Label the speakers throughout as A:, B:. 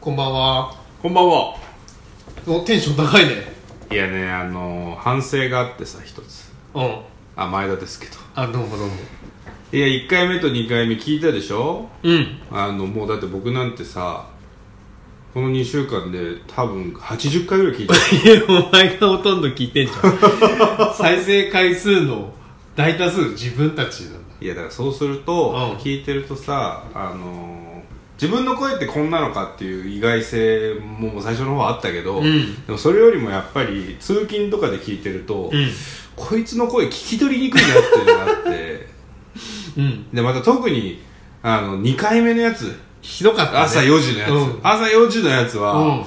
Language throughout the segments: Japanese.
A: こんばんは
B: こんばんは
A: おテンション高いね
B: いやねあのー反省があってさ一つ
A: うん
B: あ前田ですけど
A: あどうもどうも
B: いや1回目と2回目聞いたでしょ
A: うん
B: あのもうだって僕なんてさこの2週間で多分80回ぐらい聞い てる
A: いやお前がほとんど聞いてんじゃ ん再生回数の大多数自分たちなんだ
B: いやだからそうすると、
A: うん
B: 聞いてるとさあのー自分の声ってこんなのかっていう意外性も最初の方あったけど、
A: うん
B: でもそれよりもやっぱり通勤とかで聞いてると、
A: うん
B: こいつの声聞き取りにくいなっていうのがあって。
A: うん
B: でまた特にあの2回目のやつ
A: ひどかった、ね、
B: 朝4時のやつ、
A: うん
B: 朝4時のやつは、
A: うん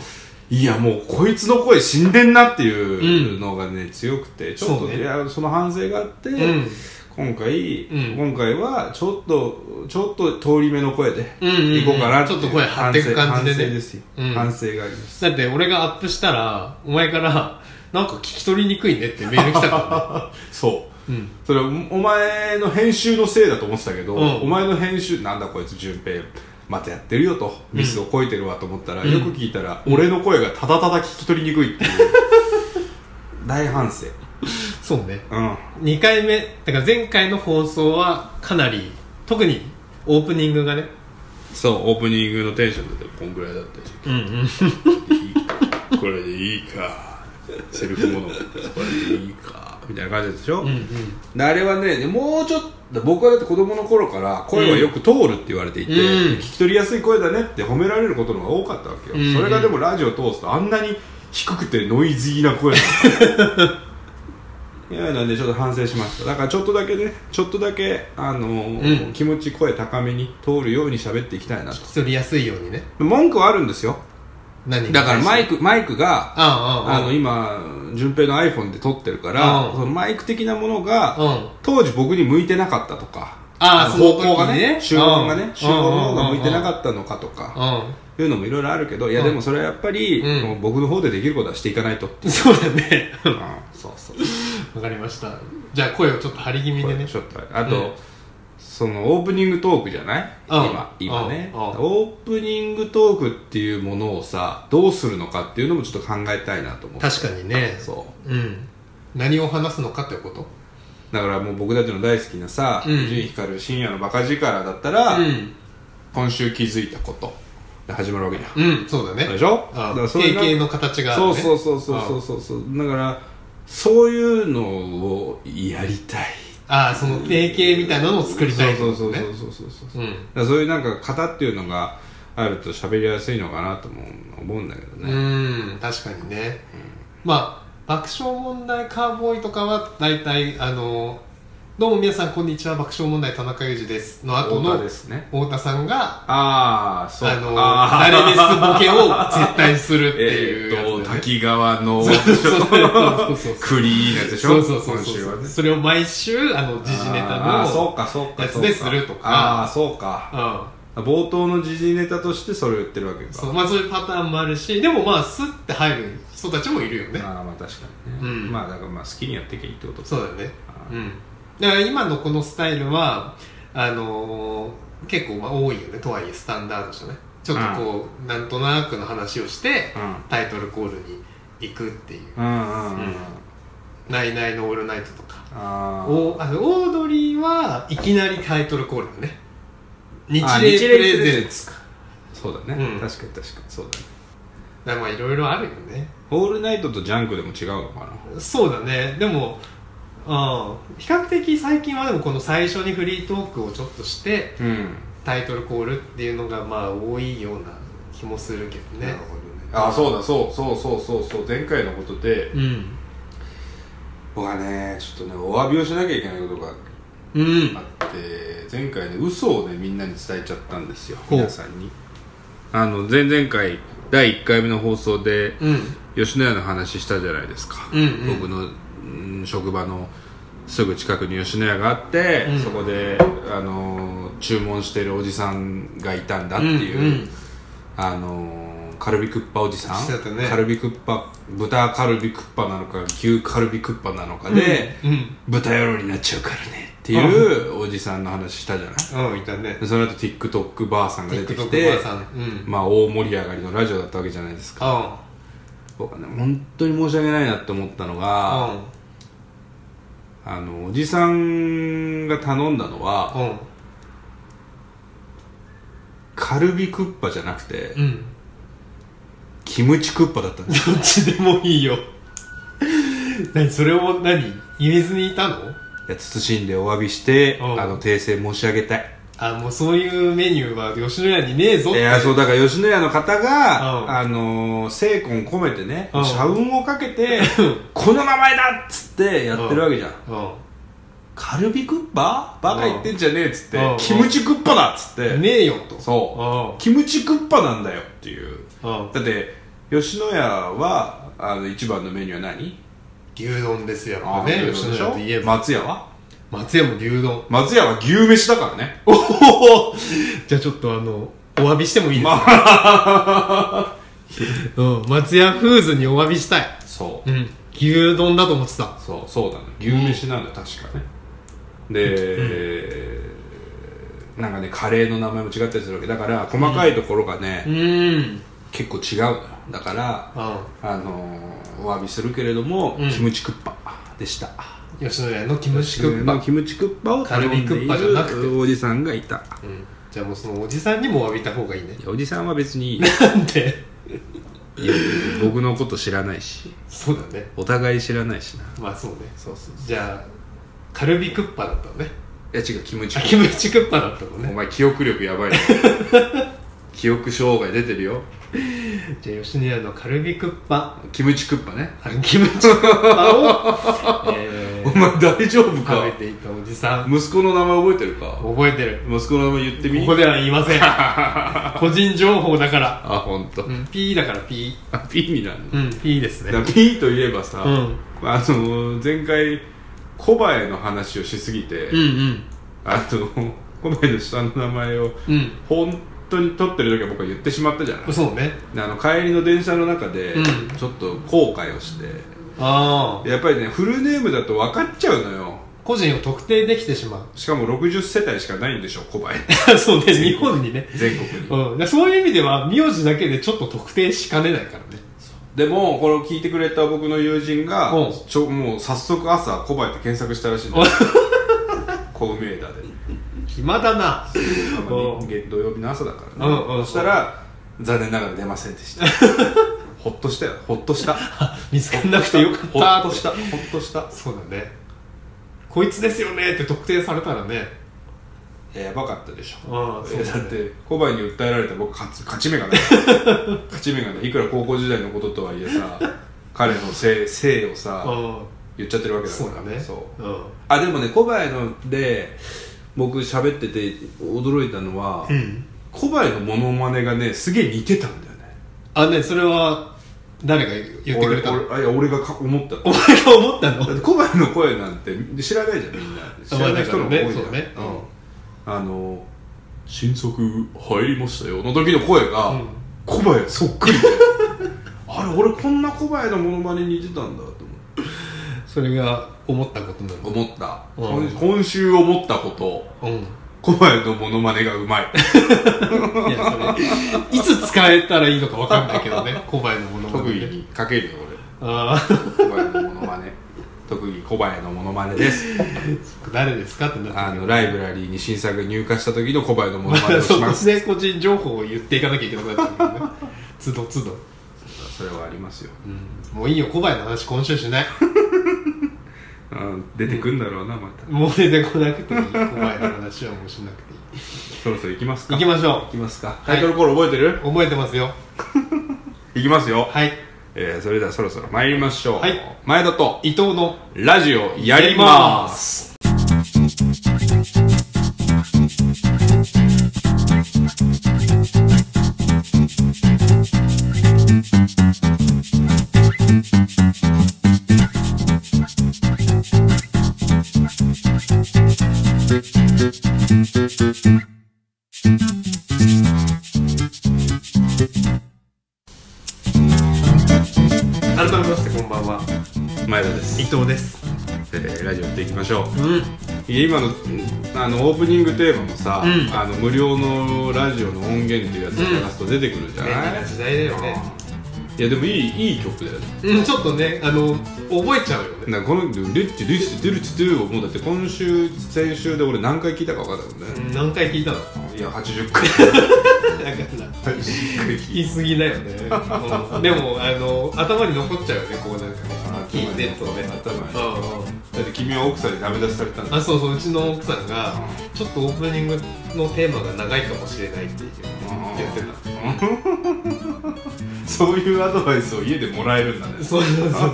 B: いやもうこいつの声死んでんなっていうのがね、強くてちょっ
A: そう
B: と
A: ね
B: いやその反省があって、
A: ん
B: 今回、
A: うん
B: 今回はちょっとちょっと通り目の声で
A: うんうんうん
B: いこうかなていう
A: ちょっと声張ってく感じでね
B: 反省反省ですよ、
A: うん
B: 反省があります
A: だって俺がアップしたらお前からなんか聞き取りにくいねってメール来た か
B: そう
A: ら、ね、
B: それおお前の編集のせいだと思ってたけど、
A: うん
B: お前の編集なんだこいつ順平またやってるよとミスをこいてるわと思ったら、
A: うん
B: よく聞いたら、俺の声がただただ聞き取りにくいっていう大反省
A: うんそうね
B: うん
A: 2回目だから前回の放送はかなり特にオープニングがね
B: そうオープニングのテンションだってこんぐらいだったし
A: うんうん
B: いいかこれでいいかセルフものこれでいいかみたいな感じだったでしょ、
A: うん
B: であれはねもうちょっと僕はだって子供の頃から声はよく通るって言われていて、
A: うん
B: 聞き取りやすい声だねって褒められることの方が多かったわけよ、
A: うん
B: それがでもラジオ通すとあんなに低くてノイズーな声 なのいやなんでちょっと反省しましただからちょっとだけねちょっとだけ、あのー
A: うん
B: 気持ち声高めに通るように喋っていきたいなと
A: 聞き取りやすいようにね
B: 文句はあるんですよ
A: 何
B: だからマイ
A: ク
B: クマイクが
A: ああああ
B: あの今順平の iPhone で撮ってるから
A: うん
B: そのマイク的なものが、
A: うん
B: 当時僕に向いてなかったとか
A: あー
B: の
A: その
B: 方向が
A: 時に
B: ね
A: ね
B: 集合が
A: う
B: ね
A: ん
B: 集合の方が
A: うん
B: 向いてなかったのかとかいうのもいろいろあるけどいうや
A: ん
B: でもそれはやっぱり
A: うん
B: もう僕の方でできることはしていかないとって
A: うんそうだね
B: そうそう
A: わかりましたじゃあ声をちょっと張り気味でね
B: ちょっとあ
A: う
B: と
A: ん
B: そのオープニングトークじゃない
A: うん
B: 今今ね
A: うん
B: オープニングトークっていうものをさどうするのかっていうのもちょっと考えたいなと思って
A: 確かにね
B: そう
A: うん何を話すのかってこと
B: だからもう僕たちの大好きなさ
A: うん
B: 伊集院光る深夜のバカ力だったら
A: うん
B: 今週気づいたことで始まるわけじゃん
A: うんそうだ
B: そうで
A: ね
B: しょ
A: あ
B: だ
A: あ
B: からそ
A: 定
B: れが
A: 型の形があるね
B: そうそうそうそうそうそうそうだからそういうのをやりたい
A: ああその定型みたいなのを作りたいって
B: そ
A: こ
B: うそ
A: と
B: う
A: ね
B: そうそうそうそう、
A: うん
B: だからそういうなんか型っていうのがあると喋りやすいのかなとも思うんだけど
A: う
B: ね、
A: ーん確かにね、まあ爆笑問題カーボーイとかは大体あのどうも皆さんこんにちは爆笑問題田中裕二ですの後の
B: 太田ですね
A: 太田さんが
B: ああそう
A: あの
B: あー
A: 誰ですボケを絶対するっていうや
B: えー、と
A: つだよね
B: 滝川の
A: そうそうそうそう
B: クリーンやつでしょ
A: そうそうそう
B: 今週
A: そ
B: は
A: う
B: ね
A: それを毎週あの時事ネタ
B: あーそう
A: の
B: かそうか
A: やつ
B: そうか
A: でするとか
B: ああそうか
A: うん
B: 冒頭の時事ネタとしてそれを言ってるわけか
A: そうまあそういうパターンもあるしでもまあスッて入る人たちもいるよね
B: ああまあ確かにね、
A: うん
B: まあだからまあ好きにやっていけばいいってこと
A: そうだよね
B: あ
A: うんだから今のこのスタイルはあのー結構まあ多いよねとはいえスタンダードじゃないちょっとこう、なんとなくの話をして、
B: うん
A: タイトルコールに行くっていう
B: うんうんうん、
A: うん「ナイナイのオールナイト」とか
B: あー
A: おあのオードリーはいきなりタイトルコールだね日
B: あ
A: 例プレゼンツ
B: ツかそうだね、
A: うん
B: 確かに確かにそうだね
A: だからまあいろいろあるよね
B: オールナイトとジャンクでも違うのか
A: そうだねでもうん比較的最近はでもこの最初にフリートークをちょっとして
B: なうん
A: タイトルコールっていうのがまあ多いような気もするけど
B: な
A: ね
B: るほどねああそうだそうそうそうそうそう前回のことで
A: うん
B: 僕はねちょっとねお詫びをしなきゃいけないことが
A: うん
B: あって前回ね嘘をねみんなに伝えちゃったんですよ
A: ほう
B: 皆さんにあの前々回第1回目の放送で
A: うん
B: 吉野家の話したじゃないですか、
A: うんうん
B: 僕の、うん職場のすぐ近くに吉野家があって、
A: うん
B: そこであのー注文してるおじさんがいたんだっていう、
A: うんうん
B: あのーカルビクッパおじさん
A: そうだったね
B: カルビクッパ豚カルビクッパなのか牛カルビクッパなのかで、
A: うん
B: 豚野郎になっちゃうからねっていうおじさんの話したじゃない
A: うんいたね
B: でその後 TikTok ばあさんが出てき
A: TikTok
B: て
A: ばあさんうん
B: まあ大盛り上がりのラジオだったわけじゃないですか
A: あ
B: 僕はね本当に申し訳ないなって思ったの
A: あ
B: が
A: あ
B: あのおじさんが頼んだのは
A: あ
B: カルビクッパじゃなくて
A: うん
B: キムチクッパだったん です
A: どっちでもいいよ何それを何言えずにいたの
B: いや慎んでお詫びして
A: うん
B: あの訂正申し上げたい
A: あもうそういうメニューは吉野家にねえぞっ
B: い
A: て
B: やそうだから吉野家の方が、
A: うん
B: あのー精魂込めてね、
A: うん
B: 社運をかけ
A: ん
B: て、この名前だっつってやってるわけじゃん、
A: う
B: カルビクッパバカ言ってんじゃねえっつって、
A: うん
B: キムチクッパだっつって、
A: んねえよと
B: そう、キムチクッパなんだよっていう
A: うんうん
B: だって吉野家はあの一番のメニューは何
A: 牛丼ですよね
B: 牛
A: 吉野
B: 丼でしょ
A: 家といえば
B: 松屋は
A: 松屋も牛丼
B: 松屋は牛飯だからね
A: おおじゃあちょっとあのお詫びしてもいいですか、うん、松屋フーズにお詫びしたい
B: そう
A: うん牛丼だと思ってた
B: そうそうだね牛飯なんだよ、確かねで、なんかねカレーの名前も違ったりするわけだから細かいところがね、
A: うん
B: 結構違うのよだから
A: あ
B: あのーお詫びするけれども、
A: うん
B: キムチクッパでした
A: 吉野家のキムチクッパ、
B: キムチクッパを頼ん
A: カルビク
B: で
A: ッ
B: い
A: パじゃなくて
B: るおじさんがいた
A: うん、じゃあもうそのおじさんにもお詫びた方がいいね
B: いやおじさんは別 にいいよ
A: なんで
B: いや僕のこと知らないし
A: そうだね
B: お互い知らないしな
A: まあそうね
B: そうそう
A: じゃあカルビクッパだったのね
B: いや違うキムチ
A: あ
B: クッパ
A: キムチクッパだったの
B: お
A: ね
B: 前記憶力や ばいな記憶障害出てるよ
A: じゃあ吉野家のカルビクッパ
B: キムチクッパね
A: あキムチクッパ を、え
B: お
A: ー、
B: 前大丈夫
A: 食
B: か
A: べていたおじさん
B: 息子の名前覚えてるか
A: 覚えてる
B: 息子の名前言ってみ
A: ここでは言いませ ん個人情報だから、
B: あ本当。
A: うん、P だから P
B: あピーになるの
A: うん P ですね
B: だからピーといえばさ、
A: うん
B: あの前回コバエの話をしすぎて、
A: うんうん
B: あのコバエの下の名前を
A: うん
B: 本当に撮ってる時は僕は言ってしまったじゃない
A: そうね
B: であの帰りの電車の中で、
A: うん
B: ちょっと後悔をして
A: ああ
B: やっぱりねフルネームだと分かっちゃうのよ
A: 個人を特定できてしま
B: しかも60世帯しかないんでしょ小林
A: う そうね日本にね
B: 全国に
A: うん、でそういう意味では名字だけでちょっと特定しかねないからね
B: でもこれを聞いてくれた僕の友人が
A: うん
B: ちょもう早速朝小林って検索したらしいんだよ 小梅枝で
A: 暇だな
B: まあ月土曜日の朝だからね、
A: うんうん
B: そしたら残念ながら出ませんでした ほっとしたよほっとした
A: 見つからなくてよかっ
B: ほ
A: た
B: っとしたほっとした
A: そうだねこいつですよねって特定されたらね
B: いややばかったでしょ
A: あ
B: いやだって小林に訴えられた僕勝つ勝ち 目がない勝ち目がないいくら高校時代のこととはいえさ彼の性性をさ、
A: う
B: 言っちゃってるわけ
A: ん
B: だか
A: そ
B: ら
A: うだね
B: そう
A: うん
B: あでもね小林ので僕喋ってて驚いたのは、
A: うん
B: 小林のモノマネがねすげえ似てたんだよね
A: あねそれは誰が言ってくれたの
B: 俺俺あいや俺がか思ったの
A: お前が思ったの
B: だって小林の声なんて知らないじゃんみんな知らない人の方が多いじゃん、
A: そうねうん
B: うんあの「新速入りましたよ」の時の声が、
A: うん
B: 小林そっくりで あれ俺こんな小林のモノマネ似てたんだと
A: それが思ったことなの
B: 思って思った、
A: うん
B: 今今週思ったこと
A: うん
B: 小林のモノマネがうまい
A: いやそれいつ使えたらいいのかわかんないけどね小林のものま
B: 特
A: ね
B: 技にかけるよ
A: ああ
B: 俺小林のモノマネ特技小林のモノマネです
A: 誰ですかってなって
B: あ
A: る
B: のライブラリーに新作が入荷した時の小林のモノマ
A: け
B: ネ
A: ど
B: を
A: そ
B: し
A: こ
B: ます
A: で個人情報を言っていかなきゃいけなくなっちゃうけどねつどつど
B: それはありますよ、
A: うんもういいよ小林の話今週しない
B: うん、出てくんだろうなまた
A: もう出てこなくていい小林の話はもうしなくていい
B: そろそろ行きますか
A: 行きましょ
B: 行きますか
A: い
B: タイトルコール覚えてる
A: う覚えてますよ
B: 行きますよ、
A: はい
B: えー、それではそろそろ参りましょう、
A: はい
B: 前田と
A: 伊藤の
B: ラジオやります
A: 改めま伊藤です
B: えーラジオやっていきましょう
A: うん
B: いや今のあのオープニングテーマもさ、
A: うん
B: あの無料のラジオの音源っていうやつを探すと出てくるじゃ
A: 便利
B: ない、
A: な時代だよね
B: いやでもいいいい曲だよ
A: うんちょっとねあの覚えちゃうよね
B: なんかこの「ルッチルッチルッチル」をもうだって今週先週で俺何回聞いたか分かんないもん
A: う
B: ね、
A: ん何回聞いたの
B: いや80回
A: だから
B: 80回聞い
A: 聞きすぎだよ ね、うんでもあの頭に残っちゃうよねこうなんか
B: あ
A: 聞いてるとね
B: 頭に
A: うんうん
B: ただって君は奥さんにダメ出しされたんだ
A: あそうそううちの奥さんがちょっとオープニングのテーマが長いかもしれないって言って言ってた
B: そういうアドバイスを家でもらえるんだね
A: そうそうそうそう そう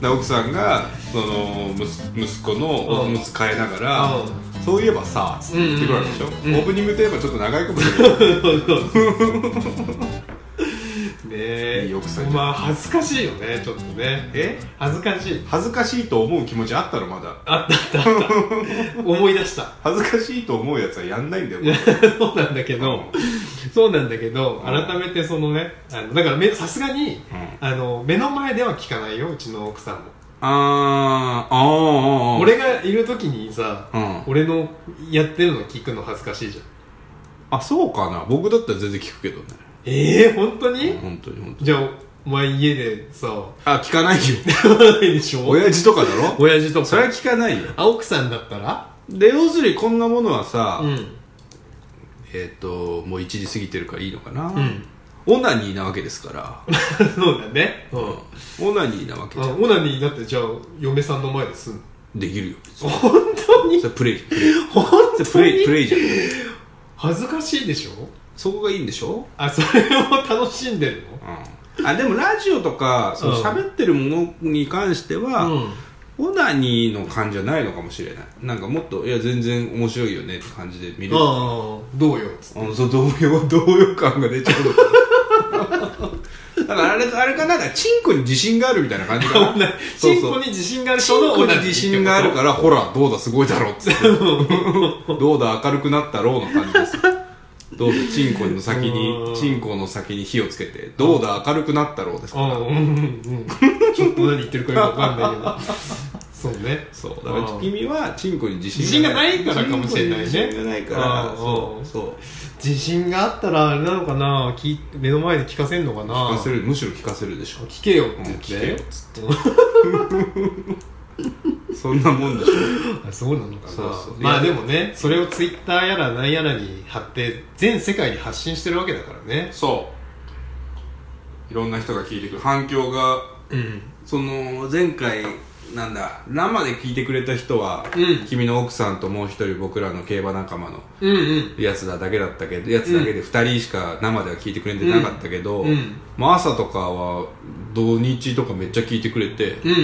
B: な奥さんがその息息子のおむつ替えながら
A: うん
B: 「そういえばさ」つって言ってくるわけでしょ、
A: うんうんうん
B: オープニングテーマちょっと長いかもしれない
A: ねえ
B: いい奥さん
A: まあ恥ずかしいよねちょっとね
B: え
A: 恥ずかしい
B: 恥ずかしいと思う気持ちあっ たのまだ
A: あったあったあった思い出した
B: 恥ずかしいと思うやつはやんないんだよ
A: そうなんだけどそうなんだけど改めてそのねあのだからめさすがにあの目の前では聞かないようちの奥さんも
B: あーああ
A: 俺がいる時にさ
B: うん
A: 俺のやってるの聞くの恥ずかしいじゃん
B: あそうかな僕だったら全然聞くけどね
A: ええ本当に
B: 本当に本当に
A: じゃあお前家でさ
B: あ聞かないよ
A: 聞かないでしょ
B: 親父とかだろ
A: 親父と
B: それは
A: か
B: 聞かないよ
A: あ奥さんだったら
B: で要するにこんなものはさ、
A: うん
B: えっ、ともう1時過ぎてるからいいのかな、
A: ん
B: オナニーなわけですから
A: そうだねうん
B: オナニーなわけじ
A: あ
B: ゃん
A: オナニーだってじゃあ嫁さんの前ですんの
B: できるよ別に
A: 本当に
B: それプレイプレイ
A: 本
B: それプ
A: 当
B: レイプ
A: に
B: レイじゃん
A: 恥ずかしいでしょ
B: そこがいいんでしょ
A: あそれを楽しんでる
B: あでもラジオとかその
A: うん
B: 喋ってるものに関しては、
A: の
B: オナニーの感じじゃないのかもしれないなんかもっといや全然面白いよねって感じで見るあ
A: ああどうよつって
B: のそう動揺動揺感が出ちゃうのかなだからあれあれかななんかチンコに自信があるみたいな感じか なそう
A: チン
B: そう
A: コに自信がある
B: そ
A: 人の
B: の
A: オナニー
B: 自信があるから、ほら、どうだ、すごいだろっつっ て。どうだ、明るくなったろうの感じです。どうだ、チンコの先
A: う
B: に、
A: ん
B: チンコの先に火をつけて、どうだ、明るくなったろうですから。
A: らうんうんうんうんちょっと何言ってるかよくわかんないけどそうね
B: そう、だか
A: う
B: ら
A: ん
B: 君は、チンコに自信
A: 自信がないからかもしれないね
B: チンコに自信がないから、
A: うん
B: そうう、
A: ん
B: そう。
A: 自信があったらあれなのかな聞目の前で聞かせんのかな
B: 聞かせる、むしろ聞かせるでしょ。
A: 聞けよって
B: うん
A: 言って、
B: 聞けよっつって。そんなもんでしょ。
A: あそうなのかな
B: そうそう
A: まあでもねそれをツイッターやらなんやらに貼って全世界に発信してるわけだからね
B: そう。いろんな人が聞いてくる。反響が
A: うん
B: その前回なんだ生で聞いてくれた人は、
A: うん
B: 君の奥さんともう一人僕らの競馬仲間の
A: うんうん
B: やつらだけだったけどやつだけで2人しか生では聞いてくれてなかったけど、
A: うんうん
B: まあ、朝とかは土日とかめっちゃ聞いてくれて、
A: うんうん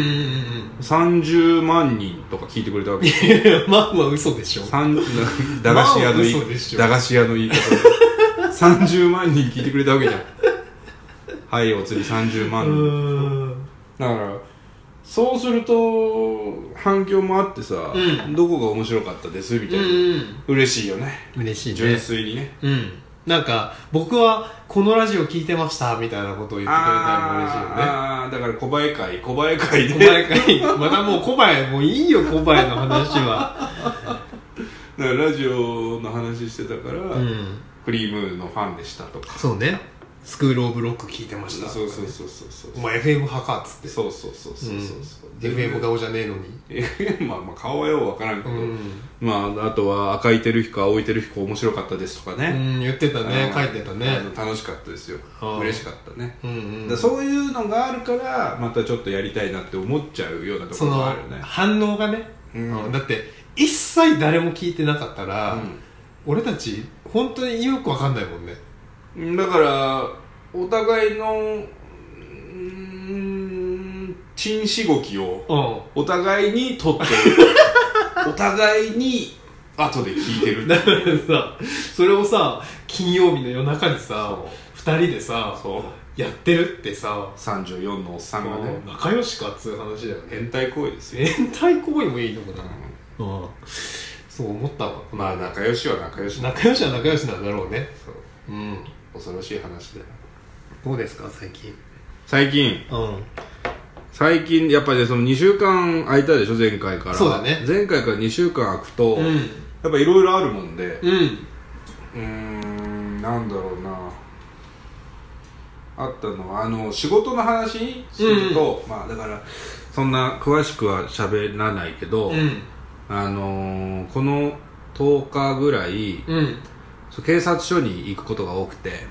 B: 30万人とか聞いてくれたわけです
A: うんうん まあまあ嘘でしょ
B: 三 駄菓子屋の言い
A: 嘘でしょ
B: 駄菓子屋の言い方で30万人聞いてくれたわけじゃんはいお釣り30
A: う
B: 万人
A: ーん
B: だからそうすると反響もあってさ、
A: うん
B: どこが面白かったですみた
A: う
B: いな、
A: ん
B: 嬉しいよね
A: うん嬉しい
B: 純
A: ね
B: 粋にね
A: うんなんか僕はこのラジオ聞いてましたみたいなことを言ってくれたら嬉しいよね
B: あーあーだから小林会小林会
A: 小
B: で
A: 林会またもう小林もういいよ小林の話は
B: だからラジオの話してたから、
A: うん
B: クリームのファンでしたとか
A: そうねスクール・オブ・ロック聞いてました
B: そうそうそうそうそう
A: お前 FM 派かっつって
B: そうそうそうそうそうそううん
A: FM 顔じゃねえのに
B: まあまあ顔はようわからんけ
A: う
B: ど、
A: ん、
B: まああとは赤いてる日か青いてる日か面白かったですとかね、
A: うん、言ってたね
B: あ
A: 書いて
B: ー
A: たね
B: あの楽しかったですよ
A: あー
B: 嬉しかったね
A: うん
B: だ
A: う
B: から
A: ん
B: そういうのがあるからまたちょっとやりたいなって思っちゃうようなとこ
A: そ
B: ろ
A: の
B: があるよね
A: 反応がね、
B: うん
A: だって一切誰も聞いてなかったら、
B: うん
A: 俺たち本当によくわかんないもんね
B: うんだからお互いのうーん陳しごきを
A: うん
B: お互いに取って お互いに後で聞いてるって
A: だからさそれをさ金曜日の夜中にさ二人でさ
B: そう
A: やってるってさ、
B: 34のおっさんがね
A: もう仲良しかっつう話だよね
B: 変態行為ですよ、
A: 変態行為もいいのかな、
B: う
A: うん、そう思ったわ
B: んまあ仲良しは仲良しだ
A: 仲良しは仲良しなんだろうね
B: そう
A: うん
B: 恐ろしい話だよ
A: どうですか最近
B: 最近
A: うん
B: 最近やっぱりねその2週間空いたでしょ前回から
A: そうだね
B: 前回から2週間空くと、
A: うん
B: やっぱいろいろあるもんで
A: うん
B: うーんなんだろうなあったのはあの仕事の話にすると、まあだからそんな詳しくは喋らないけど、
A: うん
B: あのーこの10日ぐらい
A: うん
B: そう警察署に行くことが多くて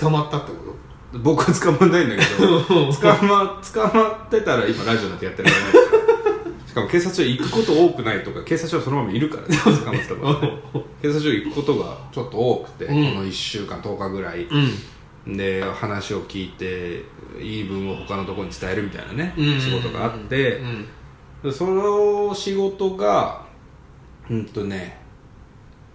A: 捕まったってこ
B: 僕は捕まんないんだけ ど
A: と
B: 捕ま捕まってたら今ラジオなんてやってるじゃないですかしかも警察署行くこと多くないとか警察署はそのままいるからね捕まった場合警察署行くことがちょっと多くて、
A: うん
B: この1週間10日ぐらい
A: うん
B: で話を聞いて言い分を他のところに伝えるみたいなね、
A: うん
B: 仕事があって
A: う、ん
B: でその仕事がうんとね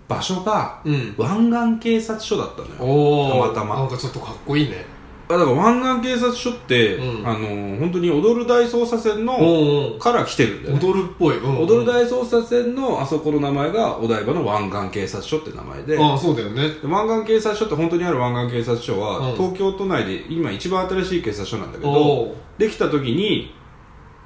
B: 場所が
A: うん
B: 湾岸警察署だったのよ
A: おお
B: たまたま
A: なんかちょっとかっこいいね
B: あだから湾岸警察署って、
A: うん
B: あの本当に踊る大捜査線
A: お
B: の
A: お
B: から来てるんだよ、ね、
A: 踊るっぽいうん
B: 踊る大捜査線のあそこの名前がお台場の湾岸警察署って名前で
A: ああそうだよね
B: で湾岸警察署って本当にある湾岸警察署は、
A: うん
B: 東京都内で今一番新しい警察署なんだけ
A: お
B: ど
A: お
B: できた時に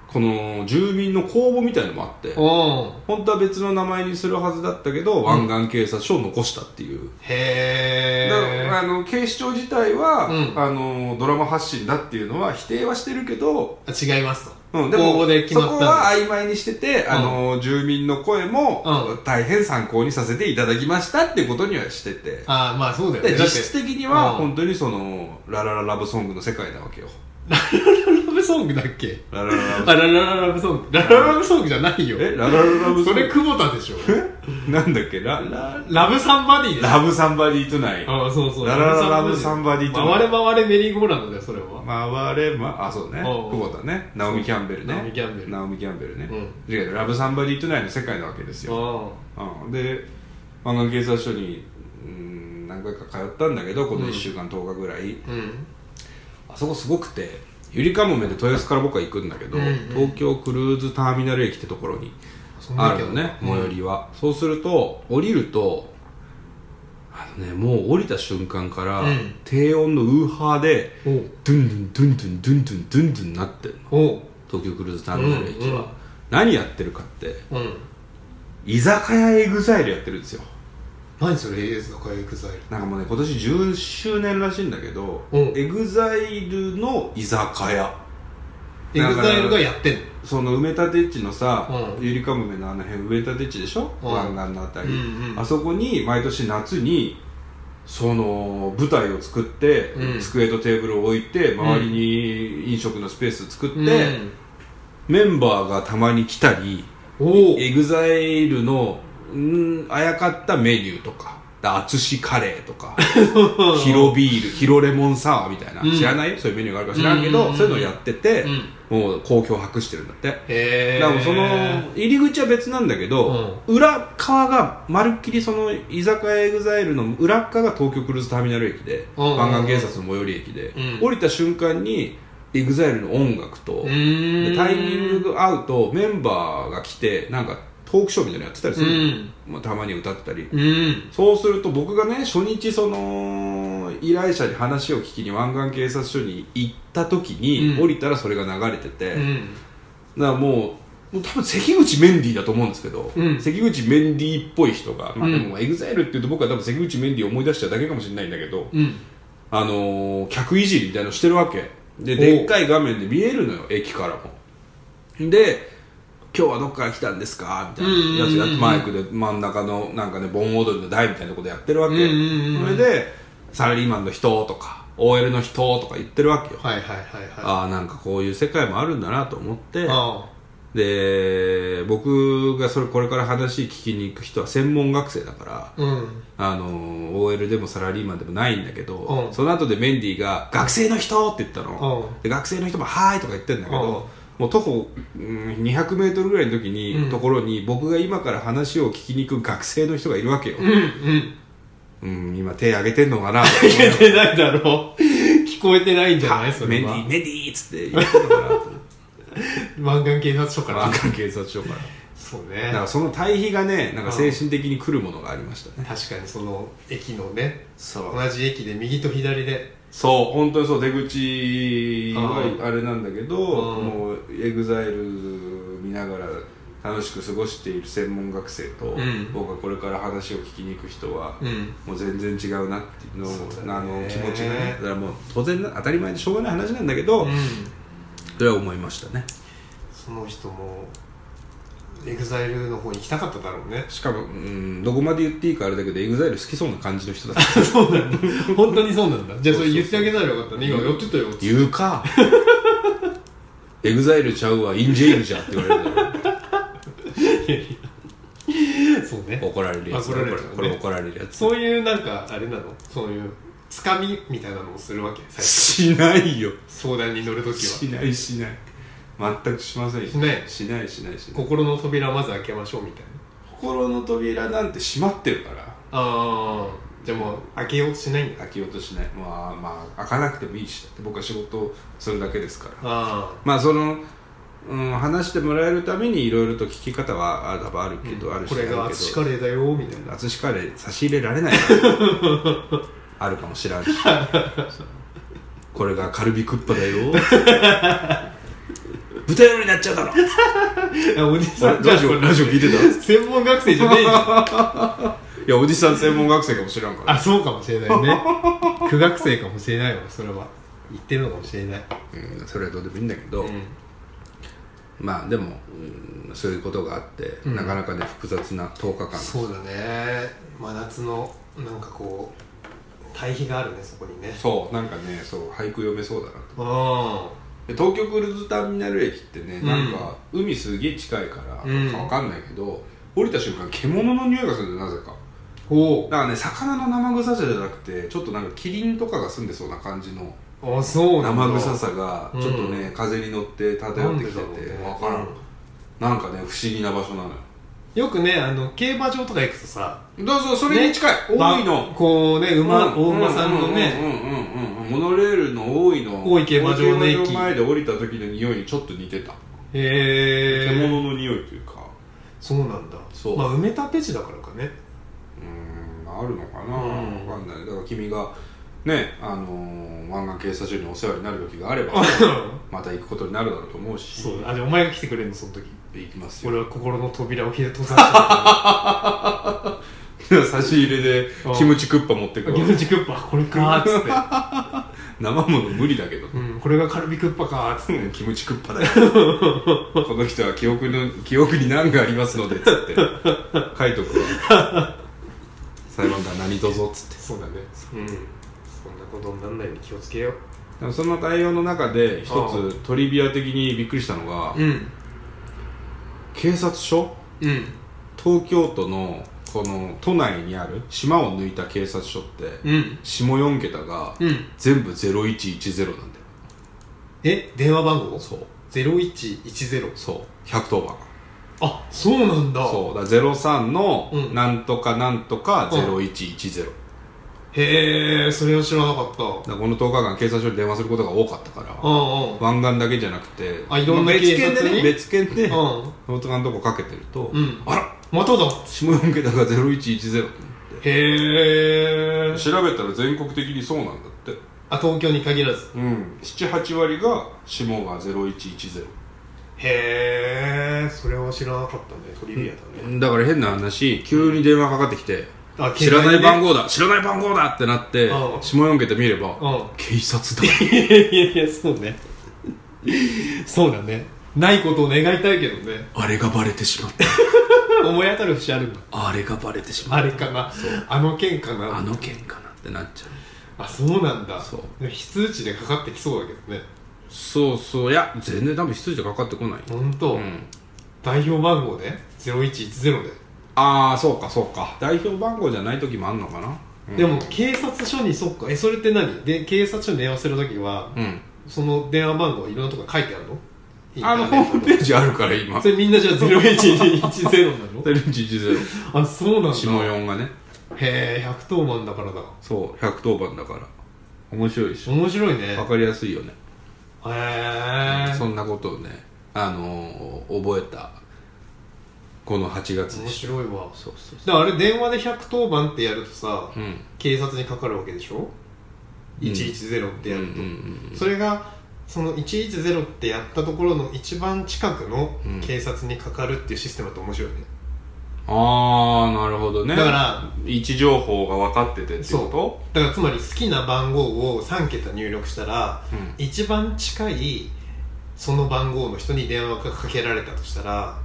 B: この住民の公募みたいのもあって
A: おお
B: 本当は別の名前にするはずだったけど湾岸警察署を残したっていう、
A: へ
B: だから
A: え
B: あの警視庁自体は、
A: うん
B: あのドラマ発信だっていうのは否定はしてるけど、
A: 違いますと
B: うん、でも
A: 公募で決まった
B: そこは曖昧にしてて、あの住民の声も、
A: う
B: 大変参考にさせていただきましたってことにはしてて、
A: ああまあそうだよね
B: で
A: だ
B: 実
A: って
B: 質的には
A: うん
B: 本当にそのララララブソングの世界なわ けよ
A: ラブソングだっけ
B: ララララ
A: あ
B: ブソング
A: ララララブソングララララブソングじゃないよ
B: えララララブソ
A: そ
B: ン
A: れ
B: グ
A: 久保田でしょ
B: えなんだっけララ
A: ラブサンバディでしょ
B: ラブサンバディトゥナイ
A: ああそうそう
B: ララララブサンバディトゥナイ
A: 回れ回れメリーゴーランドだよそれは
B: 回れまあそうね
A: おうおう
B: 久保田ねナオミ・キャンベルね
A: ナオミキャンベル
B: ナオミキャンベルね
A: う
B: 違うラブサンバディ・トゥナイの世界なわけですよ、
A: あ
B: うん、で湾岸警察署にうん何回か通ったんだけどこの1週間10日ぐらい、
A: あうん
B: あそこすごくてゆりかもめで豊洲から僕は行くんだけど、
A: うんうん
B: 東京クルーズターミナル駅ってところに
A: そんな
B: あ
A: わけ
B: る
A: あ
B: の
A: るの
B: ね、最寄りはそうすると降りるとあのねもう降りた瞬間から、
A: うん
B: 低音のウーハーで
A: おう
B: ドゥンドゥンドゥンドゥンドゥンドゥンドゥンなってんの
A: おう
B: 東京クルーズターミナル駅は、
A: うんうん
B: 何やってるかって
A: うん
B: 居酒屋エグザイルやってるんですよ
A: 何それ AS の会エクザイル
B: なんかもうね今年10周年らしいんだけど、
A: うん
B: エグザイルの居酒屋
A: エ
B: だ
A: グ
B: から
A: ザイルがやってんの
B: その埋め立て地のさ、
A: うん
B: ゆりかもめのあの辺埋め立て地でしょ
A: うん
B: 湾岸、のあたり、
A: うんうん
B: あそこに毎年夏にその舞台を作って、
A: うん
B: 机とテーブルを置いて周りに飲食のスペース作って、メンバーがたまに来たり
A: うんおう
B: エグザイルのうんあやかったメニューとか淳カレーとかヒロビールヒロレモンサワーみたいな、
A: うん
B: 知らないよそういうメニューがあるか知らんけど、
A: うんうんうん
B: そういうのをやってて
A: う、ん
B: もう公共博してるんだって、
A: へえ
B: だからその入り口は別なんだけど、裏側がまるっきりその居酒屋エグザイルの裏側が東京クルーズターミナル駅で
A: うんうんうん
B: 湾岸警察の最寄り駅で、
A: うん
B: 降りた瞬間にエグザイルの音楽と、
A: う
B: で
A: ーん
B: タイミングが合うとメンバーが来てなんかトークショーみたいなのやってたりするの、
A: うん
B: まあ、たまに歌ってたり、
A: うん
B: そうすると僕がね初日その依頼者に話を聞きに湾岸警察署に行った時に、
A: うん
B: 降りたらそれが流れてて、
A: う
B: だか
A: ん
B: らもうもう多分関口メンディーだと思うんですけど、
A: うん
B: 関口メンディーっぽい人が、まあ、
A: う
B: で
A: ん
B: もエグザイルっていうと僕は多分関口メンディーを思い出しただけかもしれないんだけど、
A: うん
B: あのー客いじりみたいなのしてるわけで
A: おう
B: でっかい画面で見えるのよ駅からもで「今日はどっから来たんですか?」みた
A: うんうん
B: いな
A: うんうん
B: やつやってマイクで真ん中のなんかね盆踊りの台みたいなことやってるわけ、
A: うんうんうん
B: それでサラリーマンの人とか OL の人とか言ってるわけよ
A: はいはいはいは
B: ああなんかこういう世界もあるんだなと思って
A: いあ
B: で僕がそれこれから話聞きに行く人は専門学生だから
A: あうん
B: あの OL でもサラリーマンでもないんだけど、
A: うん
B: その後でメンディーが「学生の人!」って言ったの、
A: うん
B: で学生の人も「はーい!」とか言ってんだけど、もう徒歩2 0 0ルぐらいの時に、
A: うん
B: ところに僕が今から話を聞きに行く学生の人がいるわけよ、
A: うんうん
B: うん今手挙げてんのか な
A: 聞けて ないだろう 聞こえてないんじゃないそれ
B: メンデ
A: は
B: ィーメンディーっつって言ってんのかなと思って
A: 湾岸警察署から
B: 湾岸警察署から
A: そう
B: だ
A: ね
B: からその対比がねなんか精神的に来るものがありましたね
A: 確かにその駅のね
B: そ
A: 同じ駅で右と左で
B: そう本当にそう出口は
A: うん
B: あれなんだけど
A: うん
B: もうエグザイル見ながら楽しく過ごしている専門学生と、
A: ん
B: 僕がこれから話を聞きに行く人は、
A: うん
B: もう全然違うなっていうのを
A: そうだ
B: あ
A: ね
B: の気持ちがねだからもう当然な当たり前でしょうがない話なんだけど、それは思いましたね
A: その人もエグザイルの方に行きたかっただろうね
B: しかも、うん、どこまで言っていいかあれだけどエグザイル好きそうな感じの人 だった
A: そうなんだ本当にそうなんだじゃあそれ
B: そうそうそう
A: 言ってあげたらよかったね今やってたよって
B: 言うかエグザイルちゃうわインジェイルじゃって言われるだろ
A: そうね
B: 怒られるやつ
A: 怒られるよね
B: これこれ怒られるやつ
A: そういうなんかあれなのそういうつかみみたいなのをするわけ最初
B: しないよ
A: 相談に乗るときは
B: ないしない全くしませんよ
A: しない
B: しないしないしない
A: 心の扉まず開けましょうみたいな
B: 心の扉なんて閉まってるから
A: ああじゃあもう開けようとしないんだ
B: 開けようとしないまあまあ開かなくてもいいしだって僕は仕事をするだけですから
A: あ
B: まあその、うん、話してもらえるためにいろいろと聞き方はあ多分ある
A: あ
B: けど、あるし
A: これが
B: あるけど
A: 厚カレーだよみたいな
B: 厚しカレー差し入れられない からあるかもし らんしこれがカルビクッパだよ 豚料理になっちゃうだろ
A: あおじさんじゃ
B: ラ
A: ん
B: ジオラジオ聞いてた
A: 専門学生じゃねえじゃん
B: いやおじさん専門学生かもしらんか ら
A: あそうかもしれないね苦学生かもしれないわそれは言ってるのかもしれない
B: うん、それはどうでもいいんだけど、まあでも、うん、そういうことがあって、
A: ん
B: なかなかね複雑な10日間
A: そうだね真夏のなんかこう対比があるねそこにね
B: そうなんかねそう俳句読めそうだなと
A: あ
B: で東京クルーズターミナル駅ってね、
A: うん
B: なんか海すげえ近いから、
A: うん
B: かわかんないけど降りた瞬間獣の匂いがするんだよなぜか
A: おお
B: だからね魚の生臭さじゃなくてちょっとなんかキリンとかが住んでそうな感じの
A: あそうなんだ
B: 生臭さが
A: うん
B: ちょっとね、風に乗って漂ってきて
A: なんでだろう
B: て
A: ね
B: わからん、
A: うん
B: なんかね不思議な場所なのよ
A: よくねあの競馬場とか行くとさ
B: どうぞそれに近い、
A: ば
B: 多いの
A: こうね馬、大馬さんのね、
B: うんうんうんうんうんモノレールの多いの
A: 大井競馬場の駅
B: 大井競馬場前で降りた時の匂いにちょっと似て
A: へ
B: た
A: え
B: 獣の匂いというか
A: そうなんだ
B: そう
A: まあ埋め立て地だからか ね
B: うーんあるのかな、
A: うん
B: わかんないだから君がねあのー、湾岸警察署にお世話になる時があればまた行くことになるだろうと思うし
A: そうあじゃあお前が来てくれるのその時
B: 行きますよ
A: 俺は心の扉を開閉ざしちゃ
B: 差し入れでキムチクッパ持って
A: った
B: く
A: ギ
B: わ
A: ムチクッパこれかーっつっ
B: 生もの無理だけど
A: て、うん、これがカルビクッパかーっつって
B: キムチクッ パだよこの人は記憶の記憶に難がありますのでつって書いとくわ裁判官何とぞっつって
A: そうだねうんそんなことにならないように気をつけよう
B: でもその対応の中で一
A: あ
B: つトリビア的にびっくりしたのが
A: ん
B: 警察署
A: うん
B: 東京都のこの都内にある島を抜いた警察署って、
A: うん
B: 下4桁が
A: うん
B: 全部0110なんだよ
A: え電話番号
B: そう
A: 0110
B: そう110番
A: あそうなんだ
B: そうだから03の
A: うん
B: なんとかなんとか
A: うん
B: 0110、
A: へえそれを知らなかった
B: だからこの10日間警察署に電話することが多かったから
A: うんうん
B: 湾岸だけじゃなくて
A: あいろんな
B: まあ別件
A: 警察
B: で
A: に
B: ね別件で大
A: うん
B: 塚のとこかけてると、
A: うん
B: あら
A: まただ
B: 下4桁が0110って
A: へえ
B: 調べたら全国的にそうなんだって
A: あ東京に限らず
B: うん78割が下が0110
A: へえそれは知らなかったねトリビアだね、
B: だから変な話急に電話かかってきて、
A: あ
B: 知らない番
A: 号
B: 号だ知らない番号だってなって
A: うん
B: 下4桁見れば、
A: うん
B: 警察だ
A: いやいやいやそうねそうだねないことを願いたいけどね
B: あれがバレてしまった
A: 思い当たる節あるんだ
B: あれがバレてしまっ
A: あれかなあの件か
B: たあ
A: な
B: の件かなってなっちゃう
A: あそうなんだ
B: そう
A: 非通知でかかってきそうだけどね
B: そうそういや全然多分羊じゃかかってこないよ、
A: 本当、
B: うん、
A: 代表番号で0110で、
B: ああそうかそうか代表番号じゃない時もあんのかな、うん
A: でも警察署にそっかえそれって何で警察署に電話するときは、
B: うん
A: その電話番号いろんなとこに書いてあるの
B: あの
A: インタネ
B: ホ
A: ット
B: ームページあるから今
A: それみんなじゃあ0110なの
B: 0110
A: あそうなんだ
B: 下4がね
A: へえ110番だからだ
B: そう110番だから面白いし
A: 面白いねへ
B: 分かりやすいよね
A: え
B: そんなことをね、あのー覚えたこの8月
A: 面
B: でした
A: 白いわ
B: そうそうそ
A: だからあれ電話で110番ってやるとさ、
B: ううん
A: 警察にかかるわけでしょ、
B: うん
A: 110ってやると、
B: うんうんうん
A: それがその110ってやったところの一番近くの
B: うん
A: 警察にかかるっていうシステムだと面白いね、
B: ああなるほどね
A: だから
B: 位置情報が分かっててってこ
A: だからつまり好きな番号を3桁入力したら
B: とうん
A: 一番近いその番号の人に電話がかけられたとしたら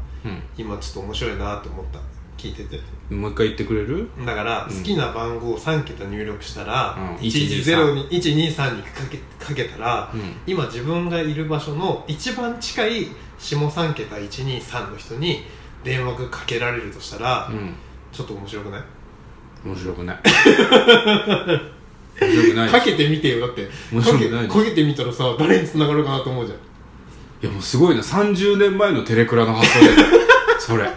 A: 今ちょっと面白いなと思った聞いてて
B: うん、もう一回言ってくれる
A: だから
B: うん
A: 好きな番号を3桁入力したら、
B: うん
A: 110に123にかけかけたら、
B: うん
A: 今自分がいる場所の一番近い下3桁123の人に電話がかけられるとしたら、
B: うん
A: ちょっと面白くない
B: 面白くない面白くない
A: かけてみてよだって
B: 面白くない
A: かけかけてみたらさ誰に繋がるかなと思うじゃん
B: いやもうすごいな30年前のテレクラの発想だよそれ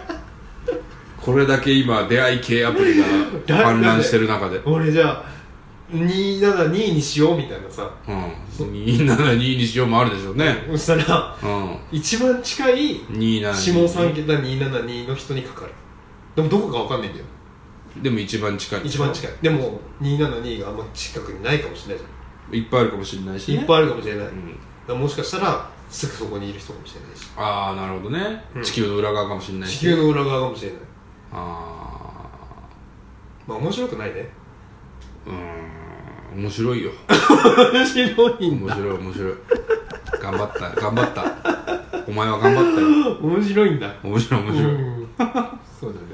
B: これだけ今出会い系アプリが氾濫してる中で
A: 俺じゃあ272にしようみたいなさ
B: うん272にしようもあるでしょうね
A: そしたら
B: うん
A: 一番近い
B: 27
A: 下3桁272の人にかかるでもどこかわかんないんだよ
B: でも一番近い
A: 一番近
B: い
A: いでも272があんま近くにないかもしれないじ
B: いっぱいあるかもしれないし、
A: ゃんいっぱいあるかもしれない、だ
B: う
A: から
B: ん、
A: もしかしたらすぐそこにいる人かもしれないし
B: ああなるほどね、
A: うん
B: 地球の裏側かもしれないし
A: 地球の裏側かもしれない
B: あ
A: まあ面白くないね
B: あうーん面白いよ
A: 面白いん
B: 面
A: だ
B: 白い面白い頑張った頑張ったお前は頑張ったよ
A: 面白いんだ
B: 面白い面白い、
A: うんそうだね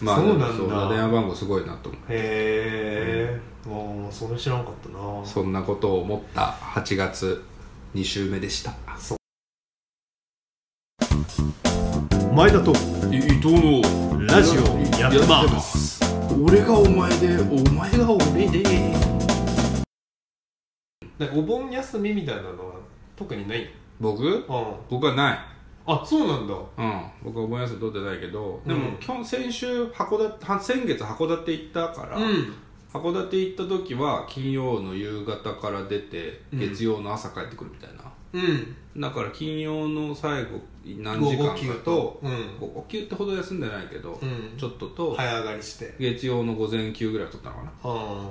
B: まあ
A: そうなんだ
B: でも電話番号すごいなと思
A: へえ、もうそれ知らんかったな
B: うそんなことを思った8月2週目でした
A: 前田と
B: 伊藤の
A: ラジオやってます
B: 俺がお前でお前が俺で
A: お盆休みみたいなのは特にない
B: 僕
A: あ
B: 僕はない
A: ああそうなんだ
B: うん、僕はお盆休み取ってないけど、
A: うん
B: でも基本先週函館は先月函館行ったから、
A: うん
B: 函館行った時は金曜の夕方から出て
A: うん
B: 月曜の朝帰ってくるみたいな、
A: うん
B: だから金曜の最後何時間かと
A: うん
B: 午後休ってほど休んでないけど、
A: うん
B: ちょっとと、
A: 早上がりして
B: 月曜の午前休ぐらい取ったのかな
A: あ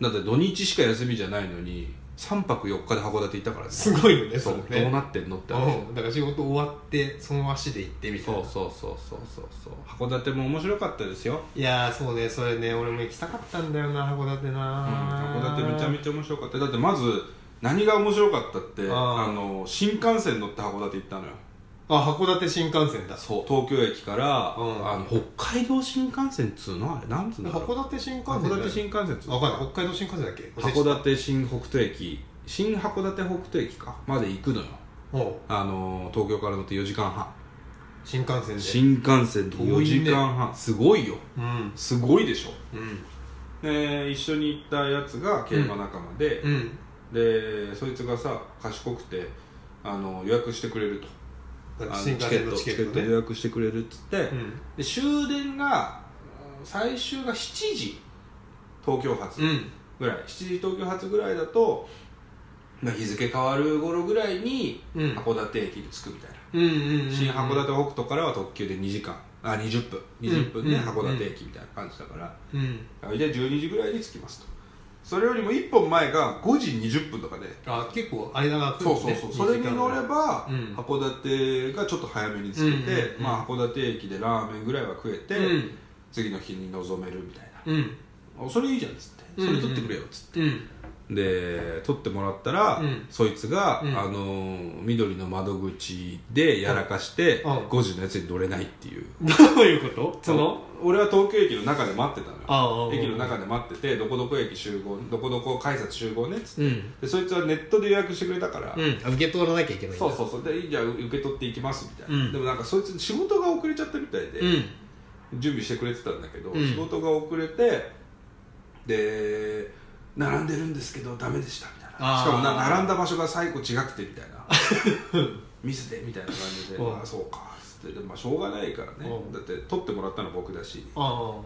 B: だって土日しか休みじゃないのに3泊4日で函館行ったからね
A: すごいよね
B: そ
A: そうれ
B: どう
A: ね
B: なってんのって話
A: うんだから仕事終わってその足で行ってみたい
B: そう
A: な
B: そうそうそうそうそう函館も面白かったですよ
A: いやーそうねそれね俺も行きたかったんだよな函館
B: うん
A: な
B: 函館めちゃめ
A: ち
B: ちゃ面白かっただってまず何が面白かったって
A: あ
B: あ
A: ー
B: の新幹線乗って函館行ったのよ
A: ゃあ函館新幹線だ
B: そう東京駅から、
A: うん
B: あの北海道新幹線っつうのあれなんつうんだろう
A: 函館新幹線
B: 函館新幹線っつう
A: わ
B: の
A: かんない北海道新幹線だっけ
B: 函館新北斗駅新函館北斗駅かまで行くのよ
A: おう
B: あの東京から乗って4時間半
A: 新幹線で
B: 新幹線で4時間半、すごいよ
A: うん
B: すごいでしょ
A: うん
B: で一緒に行ったやつが競馬仲間で、
A: うん
B: でそいつがさ賢くてあの予約してくれるとあの
A: 新幹線のチケットね
B: 予約してくれるっつって、
A: うん
B: で終電がうん最終が7時東京発
A: うん
B: ぐらい、7時東京発ぐらいだとまあ日付変わる頃ぐらいに
A: うん
B: 函館駅に着くみたいな、
A: うんうんうん
B: 新函館北斗からは特急で2時間あ20分20分で、
A: うん
B: 函館駅みたいな感じだから、
A: うん
B: 大体12時ぐらいに着きますとそれよりも1本前が5時20分とかで
A: あ結構間が
B: そうそうそうそれに乗れば
A: うん
B: 函館がちょっと早めに着け
A: うんうん
B: て
A: うん
B: まあ函館駅でラーメンぐらいは食えて
A: うん
B: 次の日に臨めるみたい
A: うん
B: なあそれいいじゃんっつって
A: うん
B: そ
A: うん
B: れ取ってくれよっつって
A: うん
B: で取ってもらったら
A: うん
B: そいつがあ
A: うん
B: のー緑の窓口でやらかして
A: うん
B: 5時のやつに乗れないっていう
A: どういうことその
B: 俺は東京駅の中で待ってたのよ
A: ああ
B: 駅の中で待っててどこどこ駅集合どこどこ改札集合ねっつって
A: うん
B: でそいつはネットで予約してくれたから、
A: うんあ受け取らなきゃいけないんだ
B: そうそうそうでじゃあ受け取っていきますみたいな、
A: うん
B: でもなんかそいつ仕事が遅れちゃったみたいで、
A: うん
B: 準備してくれてたんだけど、
A: うん
B: 仕事が遅れてで並んでるんですけどダメでしたみたいな
A: あー
B: しかもな並んだ場所が最後違くてみたいな ミスでみたいな感じで、
A: うん
B: ああそうかっつってでもまあしょうがないからね、
A: うん
B: だって取ってもらったの僕だし
A: ああ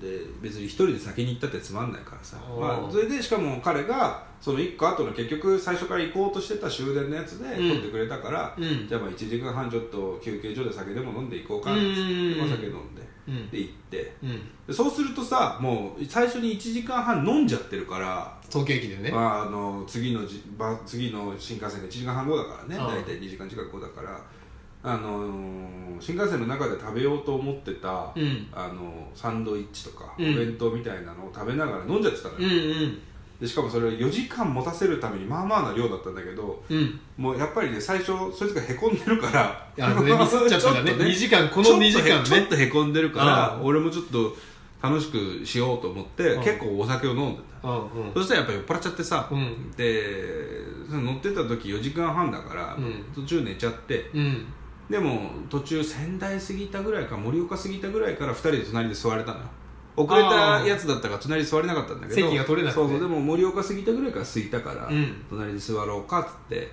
B: で別に一人で先に行ったってつまんないからさ、
A: おー
B: まあ、それでしかも彼がその1個後の結局最初から行こうとしてた終電のやつで
A: うん
B: 取ってくれたから、
A: うん
B: じゃあまあ1時間半ちょっと休憩所で酒でも飲んでいこうかなっ
A: うん
B: つってまあ酒飲んで
A: うん
B: で行って
A: うん
B: でそうするとさもう最初に1時間半飲んじゃってるから
A: 東京駅でね
B: まあ、あの次のじば次の新幹線が1時間半後だからね
A: ああ
B: 大体2時間近く後だから、あのー新幹線の中で食べようと思ってた、
A: うん
B: あのサンドイッチとか、
A: うん
B: お弁当みたいなのを食べながら飲んじゃってたの
A: うん
B: よ、
A: うん
B: でしかもそれを4時間持たせるためにまあまあな量だったんだけど
A: うん
B: もうやっぱりね最初そいつがへこんでるから
A: あ のねミスっちゃったからね
B: ちょと
A: 2時間この
B: ちょっと
A: 2時間
B: ちょっ
A: ね
B: とへこんでるか
A: ああ
B: ら俺もちょっと楽しくしようと思って
A: ああ
B: 結構お酒を飲んでた
A: うんうん
B: そしたらやっぱ酔っ払っちゃってさ、
A: うん
B: でその乗ってた時4時間半だから、
A: うん
B: 途中寝ちゃって
A: うん
B: でも途中仙台過ぎたぐらいか盛岡過ぎたぐらいから2人で隣で座れたのよ遅れ
A: あ
B: た
A: ー
B: やつだったから隣に座れなかったんだけど
A: 席が取れなくて
B: そうそうでも盛岡過ぎたぐらいから空いたから、
A: うん
B: 隣で座ろうかっつって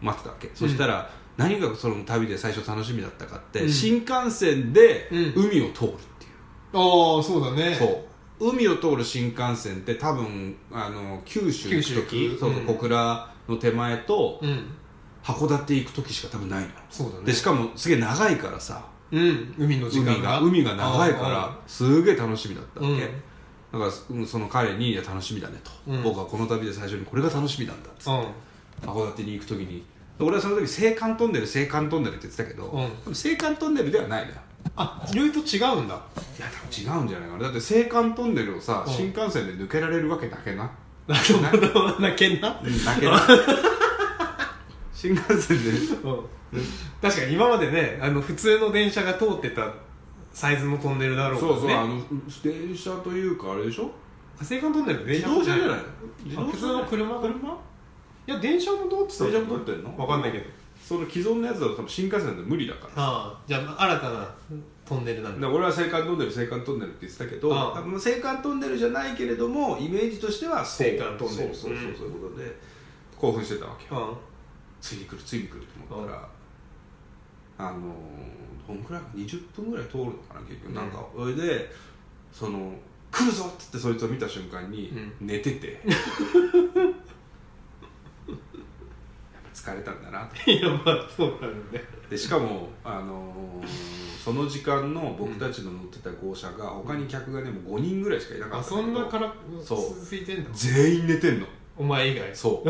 B: 待ってたわけ、そしたら何がその旅で最初楽しみだったかって、
A: うん
B: 新幹線で
A: う
B: 海を通るっていう、
A: ああそうだね
B: そう海を通る新幹線って多分あの九州行
A: 九
B: く
A: 州行
B: 時
A: き
B: そうそう
A: うん
B: 小倉の手前と
A: うん
B: 函館行く時しか多分ないのよ
A: そうだね
B: でしかもすげえ長いからさ
A: うん海の時間
B: 海が
A: が
B: 海が長いか
A: あ
B: らすげえ楽しみだったわけ、
A: うん
B: だからうんその彼に「いや楽しみだね」と、
A: うん
B: 僕はこの旅で最初にこれが楽しみなんだ」っつって
A: ああうん
B: 函館に行く時に俺はその時青函トンネル青函トンネルって言ってたけど、
A: うん
B: でも青函トンネルではないのよ
A: あルート違うんだ
B: いや多分違うんじゃないかなだって青函トンネルをさ、
A: うん
B: 新幹線で抜けられるわけだけな
A: なるほどなけんな
B: だけど新幹線で
A: うん確かに今までねあの普通の電車が通ってたサイズのトンネルだろうか
B: そ
A: ら
B: うそう、あ
A: ね
B: の電車というかあれでしょ
A: 青函トンネル電
B: 自
A: 車
B: 動車じゃない自
A: あ
B: 動車
A: 普通の車車いや電車も通ってた
B: 電車も通ってんの
A: わかんないけど
B: その既存のやつだと多分新幹線で無理だから
A: ああじゃあ新たなトンネルなんだ
B: で俺は青函トンネル青函トンネルって言ってたけど
A: ああ
B: 多分青函トンネルじゃないけれどもイメージとしては青
A: 青函トンネル
B: そうそうそう
A: うん
B: そういうことで興奮してたわけよ
A: あ
B: ついに来るついに来ると思ったらあのーどんくらい20分ぐらい通るのかな結局
A: うん
B: なんかそれでその来るぞっつってそいつを見た瞬間に
A: う
B: 寝てて、 やっぱ疲れたんだなと
A: あいやまあそうなんだね
B: でしかもあのーその時間の僕たちの乗ってた号車が他に客がねもう5人ぐらいしかいなか
A: あ
B: った
A: そ
B: だけ
A: ん
B: ど
A: なから
B: そう
A: ついてんの
B: 全員寝てんの
A: お前以外
B: そう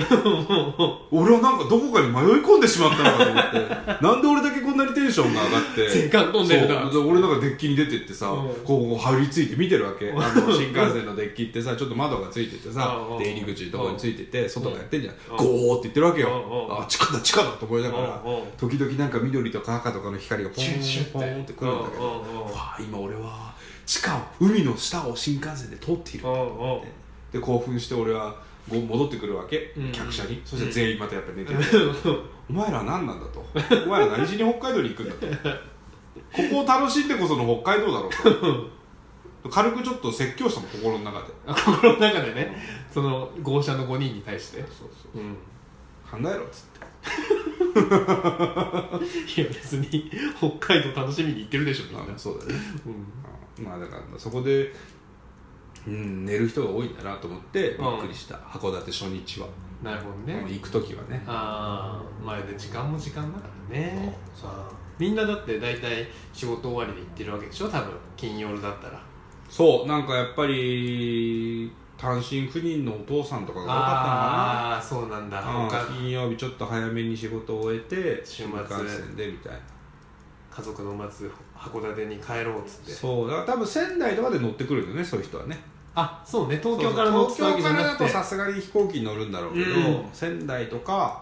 B: 俺はなんかどこかに迷い込んでしまったのかと思って なんで俺だけこんなにテンションが上がって
A: 全館トンネルだ
B: そうで俺なんかデッキに出てってさ、
A: うん
B: こう張り付いて見てるわけ、あの新幹線のデッキってさちょっと窓がついててさ、
A: うんうん
B: 出入り口のとこについてて外がやってんじゃん、
A: うん
B: ゴーって言ってるわけよ、
A: うんうん
B: あ地下だ地下だと思いながら、
A: うんうん
B: 時々なんか緑とか赤とかの光がポン
A: シュッシュッて
B: ポンってくるんだけど、
A: うんうんうん
B: わあ今俺は地下を海の下を新幹線で通っている
A: うんうん
B: で興奮して俺はご戻ってくるわけ、
A: うん
B: 客車にそして全員またやっぱ寝てて、お前ら何なんだとお前ら何しに北海道に行くんだとここを楽しんでこその北海道だろうと軽くちょっと説教したもん心の中で
A: あ心の中でねその豪車の5人に対して
B: そうそ
A: う
B: う
A: ん
B: 考えろっつって
A: いや別に北海道楽しみに行ってるでしょみんな
B: あそうだね
A: うん
B: あまあだからそこで、うん、寝る人が多いんだなと思ってびっくりした、函館初日は、
A: なるほど
B: もう
A: ね
B: 行く時はね
A: ああまあで時間も時間だからね
B: そう
A: あーみんなだって大体仕事終わりで行ってるわけでしょ多分金曜日だったら
B: そうなんかやっぱり単身赴任のお父さんとかが多か
A: ああーそうなんだ
B: ったのかな
A: 他
B: うん金曜日ちょっと早めに仕事を終えて
A: 週末
B: 新幹線でみたいな
A: 家族の待つ函館に帰ろうっつって
B: そうだから多分仙台とかで乗ってくるよねそういう人はね
A: あそうね東京から乗ってたわけじゃ
B: そうそう東京から
A: な
B: だ
A: く
B: と
A: て
B: さすがに飛行機に乗るんだろうけど、
A: うん
B: 仙台とか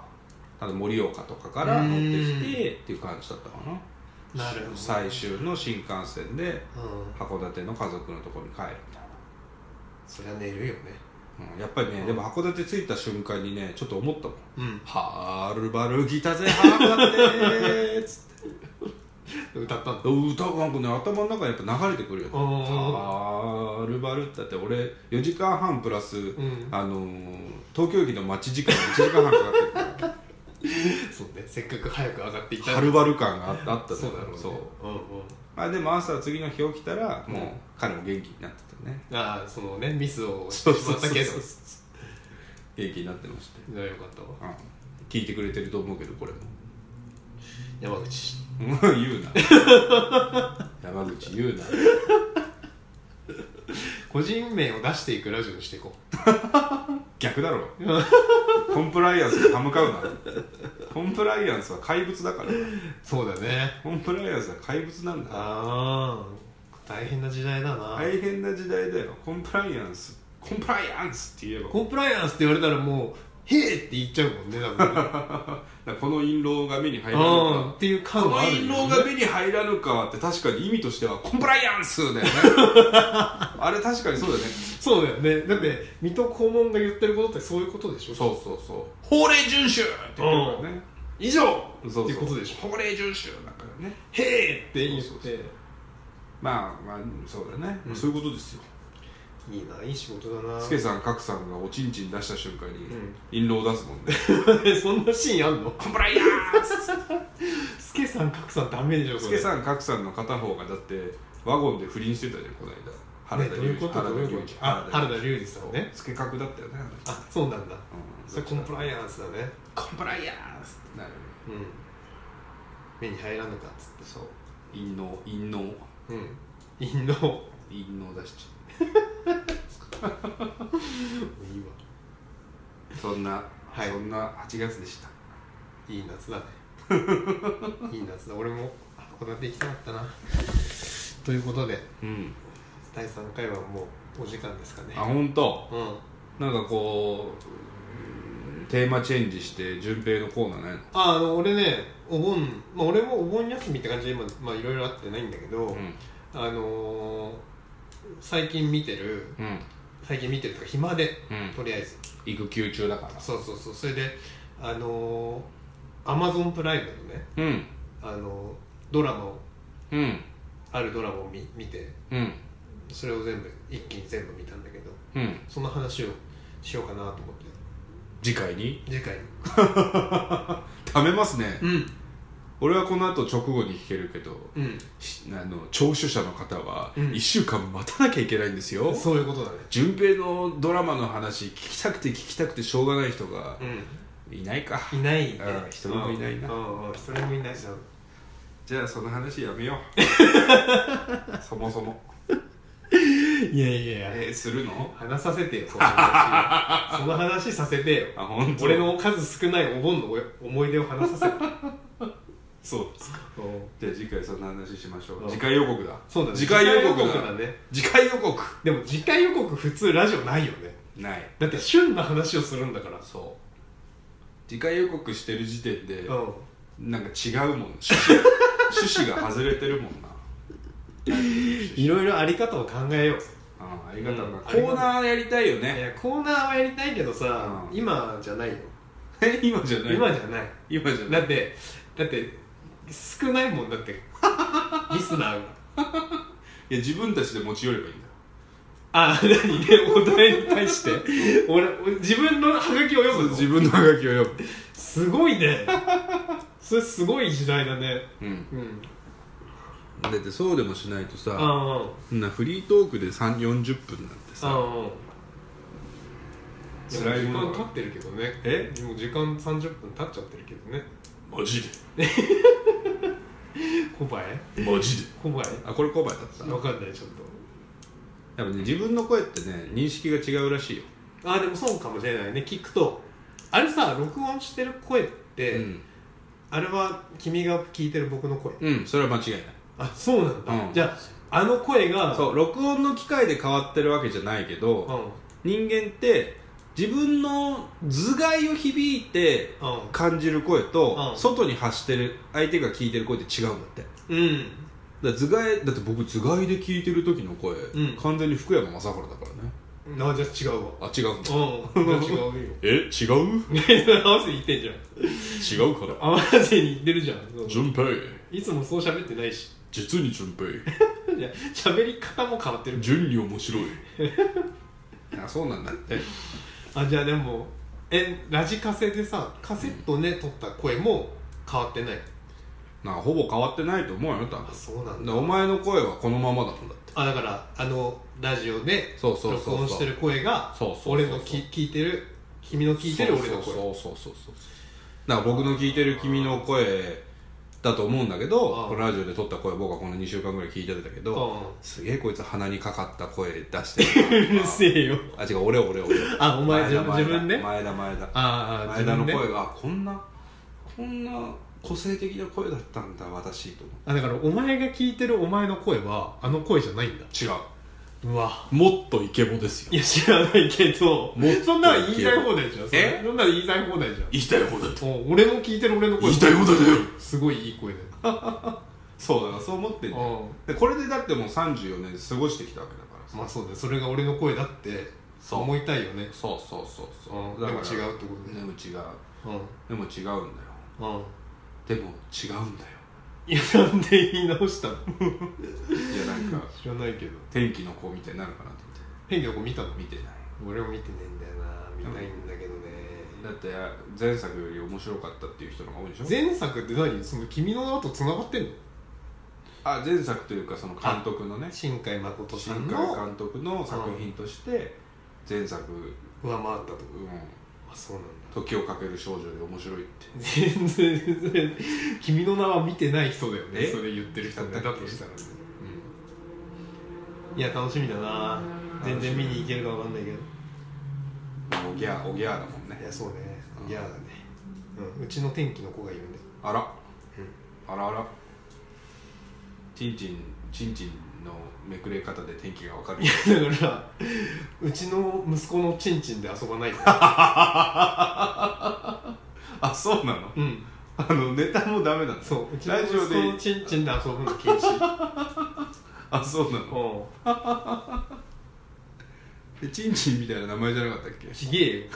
B: あと盛岡とかから乗ってきてっていう感じだったかな
A: なるほど
B: 最終の新幹線で
A: うん
B: 函館の家族のところに帰るみたい
A: そりゃ寝るよね
B: な、うん、やっぱりね、
A: うん
B: でも函館着いた瞬間にねちょっと思ったもん
A: うん
B: はるばる来たぜ函館つって
A: 歌ったんだ
B: 歌なんかね頭の中にやっぱ流れてくるよね
A: あー
B: はるばるってだって俺4時間半プラス、
A: ん
B: あのー東京駅の待ち時間1時間半かかってるから
A: そうねせっかく早く上がってい た
B: はるばる感があったあった
A: そうだろうね
B: そ
A: う
B: う
A: んうん
B: まあでも朝次の日起きたらもう
A: うん
B: 彼も元気になってたね
A: ああそのねミスをしてしまったけど
B: 元気になってまして、
A: いやよかったわ
B: うん、聞いてくれてると思うけどこれも
A: 山口
B: うん言うな山口言うな
A: 個人名を出していくラジオにしていこ
B: 逆だろコンプライアンスに歯向かうなコンプライアンスは怪物だから
A: うそうだね
B: コンプライアンスは怪物なんだ
A: ああ大変な時代だな
B: 大変な時代だよコンプライアンスコンプライアンスって言えば
A: コンプライアンスって言われたらもう「へえ!」って言っちゃうもんね多 分
B: だからこの陰謀が目に入らぬ
A: うん
B: か
A: っていう
B: こ
A: 感
B: の
A: はある
B: 陰謀が目に入らぬかって確かに意味としてはコンプライアンス だよねあれ確かにそうだよね
A: そうだよねだって水戸黄門が言ってることってそういうことでしょ
B: そうそうそう法令遵守って言ってるからね以上そうそう
A: ってことでしょ
B: 法令遵守だからね
A: へえって言って
B: そうそうまあまあそうだね、
A: うん
B: そういうことですよ
A: いいないい仕事だな
B: スケさん賀来さんがおちんちん出した瞬間に
A: ん
B: 印籠を出すも んね
A: そんなシーンあんの
B: コンプライアン ス
A: スケさん角さんダメでしょ
B: ス
A: そ
B: ケ
A: れ
B: さん賀来さんの片方がだってワゴンで不倫してたじゃんこの間原
A: ね
B: 田
A: どういう
B: 龍
A: こ
B: 二
A: と
B: 原
A: どう
B: 田
A: いう
B: 龍
A: こ
B: 二
A: とあ原田龍二さんね
B: スケ角だったよねあの人
A: あそうなんだ
B: うん
A: それコンプライアンスだね
B: コンプライアンスってなるよね
A: うん目に入らぬかっつっ
B: そう陰謀陰謀
A: てうん陰謀
B: 陰謀出しちゃ
A: いいわ
B: うそんな、
A: はい
B: そんな8月でした
A: いい夏だね いい夏だ俺も函館行きたかったなということで
B: うん
A: 第3回はもうお時間ですかね
B: あ本当。
A: うん
B: なんかこううんテーマチェンジして順平のコーナーないの
A: ああの俺ねお盆、まあ、俺もお盆休みって感じで今まあいろいろあってないんだけど、
B: ん
A: あのー、最近見てる
B: うん
A: 最近見てるとか暇で
B: うん
A: とりあえず
B: 育休中だから
A: そうそうそうそれであのアマゾンプライムのね、
B: うん
A: あのードラマを
B: うん
A: あるドラマを見見て
B: うん
A: それを全部一気に全部見たんだけど
B: うん
A: その話をしようかなと思って
B: 次回に
A: 次回
B: 貯めますね、
A: うん
B: 俺はこの後直後に聞けるけど
A: うん
B: しあの聴取者の方は
A: うん
B: 1週間待たなきゃいけないんですよ
A: そういうことだね
B: 順平のドラマの話聞きたくて聞きたくてしょうがない人が
A: う
B: いないか
A: んいないね
B: うん一人もいないな
A: うんうん一人もいないじゃん
B: じゃあその話やめよ うそもそも
A: いやいやいや
B: えーするの
A: 話させてよその 話その話させてよ
B: あ本当
A: 俺の数少ないお盆のお思い出を話させて
B: そうですかじゃあ次回そんな話しましょ
A: う
B: うん次回予告だ
A: そうだね
B: 次回予告だ
A: 次回だね
B: 次回予告
A: でも次回予告普通ラジオないよね
B: ない
A: だって旬な話をするんだから
B: そう次回予告してる時点で
A: うん
B: なんか違うもん趣旨 趣旨が外れてるも んな
A: いろいろあり方を考えよう
B: あありがたな
A: うん
B: コーナーやりたいよ
A: い
B: ね
A: やコーナーはやりたいけどさ、
B: うん
A: 今じゃないよ
B: 今じゃない
A: 今じゃない
B: 今じゃな
A: だ
B: い
A: ってだって少ないもんだって リスナーが
B: いや自分たちで持ち寄ればいいんだ
A: あ何ねお題に対して俺俺自分のハガキを読むの
B: 自分のハガキを読む
A: すごいねそれすごい時代だね
B: うん
A: うん
B: だってそうでもしないと
A: あ
B: さ
A: あ
B: そんなフリートークで3 4 0分なんて
A: あ
B: さ
A: あ時
B: 辛いもの
A: 間経ってるけどね
B: え
A: もう時間30分経っちゃってるけどね
B: マジ
A: 小林
B: でマジで
A: 小林
B: あこれコバだった
A: わかんないちょっ
B: やっぱね自分の声ってね認識が違うらしいよ、
A: とああでもそうかもしれないね聞くとあれさ録音してる声って、
B: うん、
A: あれは君が聞いてる僕の声
B: うん、それは間違いない
A: あそうなんだ、
B: うん
A: じゃああの声が
B: そう録音の機械で変わってるわけじゃないけど、
A: うんうん
B: 人間って自分の頭蓋を響いて感じる声と、
A: うん
B: 外に発してる相手が聞いてる声って違うんだってだか
A: うん
B: ら頭蓋だって僕頭蓋で聞いてる時の声、
A: うん
B: 完全に福山雅治だからね
A: あじゃあ違うわ
B: あ違うんだ
A: うんじゃあ違うよ
B: え違 う
A: 合わせに言ってんじゃん
B: 違うから
A: 合わせに言ってるじゃんそう
B: 順平
A: いつもそう喋ってないし
B: 実に順平
A: いや喋り方も変わってる
B: 順に面白いあそうなんだって
A: あじゃあでもえラジカセでさカセットね、撮った声も変わってない
B: なんかほぼ変わってないと思うよ多
A: あ
B: 分
A: そうなん
B: で
A: だ
B: お前の声はこのままだもんだって
A: あだからあのラジオで
B: そうそうそう
A: 録
B: そう
A: 音してる声が
B: そうそうそうそう
A: 俺のき聞いてる君の聞いてる俺の声
B: そうそうそうそうそうだから僕の聞いてる君の声だと思うんだけ
A: あ
B: ど
A: あ
B: このラジオで撮った声僕はこの2週間ぐらい聞いてたけ
A: う
B: ど
A: ん
B: すげえこいつ鼻にかかった声出して
A: う
B: る
A: るせえよ
B: あ違う俺俺俺
A: あお前
B: だ
A: 自分ね
B: 前田前田
A: ああ
B: 前田の
A: ね
B: 声があこんなこんな個性的な声だったんだ私と思
A: あだからお前が聞いてるお前の声はあの声じゃないんだ
B: って違う
A: うわ
B: もっとイケボです
A: いや知らないけど
B: もっと
A: そんなの言いたい放題じゃん
B: え
A: そんなの言いたい放題じゃん
B: 言いたい方だ と
A: もう俺も聞いてる俺の声
B: 方だよ
A: すごいいい声だよ
B: そうだからそう思ってんじゃん
A: う
B: でこれでだってもう34年過ごしてきたわけだから
A: ん
B: さ
A: まあそうだよそれが俺の声だって
B: そう
A: 思いたいよね
B: そうそうそう
A: うん
B: だ
A: で
B: か
A: も
B: ら
A: 違うってことね
B: でも違う
A: うん
B: でも違うんだよ
A: うん
B: でも違うんだよ
A: いやなんで言い直したの
B: いやなん か
A: 知らないけど
B: 天気の子みたいになるかなと思って
A: 変な子見たの
B: 見てない
A: 俺も見てねえんだよな見ないんだけどね
B: だって前作より面白かったっていう人の方が多いでしょ
A: 前作って何その君の名はと繋がってんの
B: あ前作というかその監督のね
A: 新海誠さ
B: 新
A: ん
B: 海
A: の
B: 監督の作品として前作、うん、
A: 上回ったとこあそうなんだ
B: 時をかける少女より面白いって
A: 全然全然君の名は見てない人だよね
B: え
A: それ言ってる人って
B: だ
A: だ
B: っ
A: と
B: て
A: したらね、うん、いや楽しみだな全然見に行けるかわかんないけど
B: まあおぎゃおぎゃだもん
A: い
B: ね
A: やそうね
B: うん
A: 嫌だね、うん、うちの天気の子がいるんだよ
B: あら、
A: う
B: あらあらちんちんちんちんのめくれ方で天気がわかる
A: だからうちの息子のチンチンで遊ば ないから、
B: あそうなの
A: うん、
B: あのネタもダメなんだ
A: そううちの
B: ラ
A: 息
B: ジオ
A: 子の
B: で
A: チンチンで遊ぶの禁止
B: あそうなの
A: うん
B: でちんちんみたいな名前じゃなかったっけ
A: ちげえよ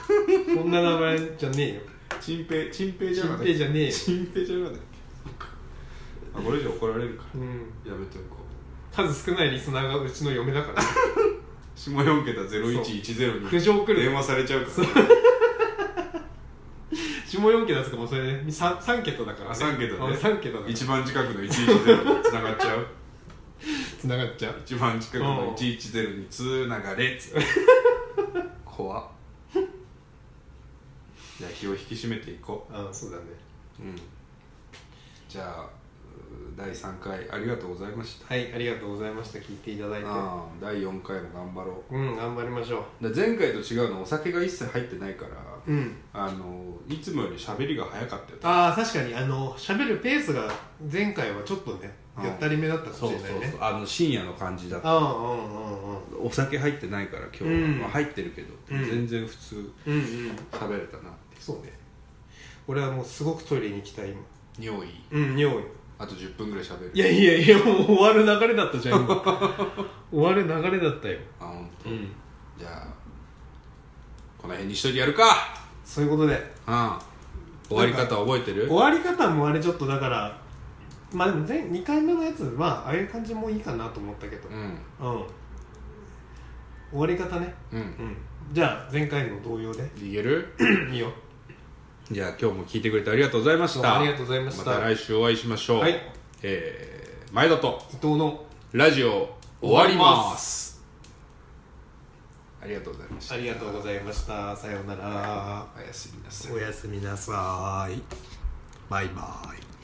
A: そんな名前じゃねえよ
B: ちんぺいちんぺいじ
A: チ
B: ゃなか
A: ン
B: った
A: ペ
B: っけ
A: イじゃねえよ、
B: ちんぺいじゃなかったっけあこれ以上怒られるか
A: うん、
B: らやめておこう
A: 数少ないリスナーがうちの嫁だから
B: 下4桁0110に
A: 苦情来る
B: 電話されちゃうから、ね、
A: 下4桁ですかもうそれね 3, 三桁だから、ね、
B: あ三桁ね
A: 3桁だから
B: 一番近くの110につながっちゃ う
A: つながっちゃう
B: 一番近くの110につながれっつって怖っじゃあ気を引き締めていこ
A: あそうだね
B: う、うん、じゃあう第3回ありがとうございました
A: はいありがとうございました聞いていただいて
B: ああ第4回も頑張ろ
A: うん頑張りましょ
B: うで前回と違うのはお酒が一切入ってないから
A: ううん
B: あのいつもより喋りが早かったよ
A: ああ確かにあの喋るペースが前回はちょっとね
B: うん
A: やったりめだったかもしれないね
B: あの深夜の感じだった
A: ああうんうんうん
B: お酒入ってないから今日は、
A: うん
B: まあ入ってるけど、
A: うん
B: 全然普通
A: うんうん
B: 喋れたなって
A: そうね俺はもうすごくトイレに行きたい今
B: 匂い
A: うん匂い
B: あと10分ぐらい喋る
A: いやいやいやもう終わる流れだったじゃん 今終わる流れだったよ
B: あ本当、
A: うん
B: じゃあこの辺にしといてやるか
A: そういうことで
B: うん終わり方覚えてる
A: 終わり方もあれちょっとだからまあでも前2回目のやつまあああいう感じもいいかなと思ったけど
B: うん
A: うん終わり方ね
B: うん
A: うんじゃあ前回の同様で
B: いける
A: いいよ
B: じゃあ今日も聞いてくれてありがとうございまし
A: どうも
B: た
A: ありがとうございました
B: また来週お会いしましょう、
A: はい
B: えー、前田と
A: 伊藤の
B: ラジオ終わりますありがとうございました
A: ありがとうございましたさようなら
B: おやすみなさい
A: おやすみなさーいバイバーイ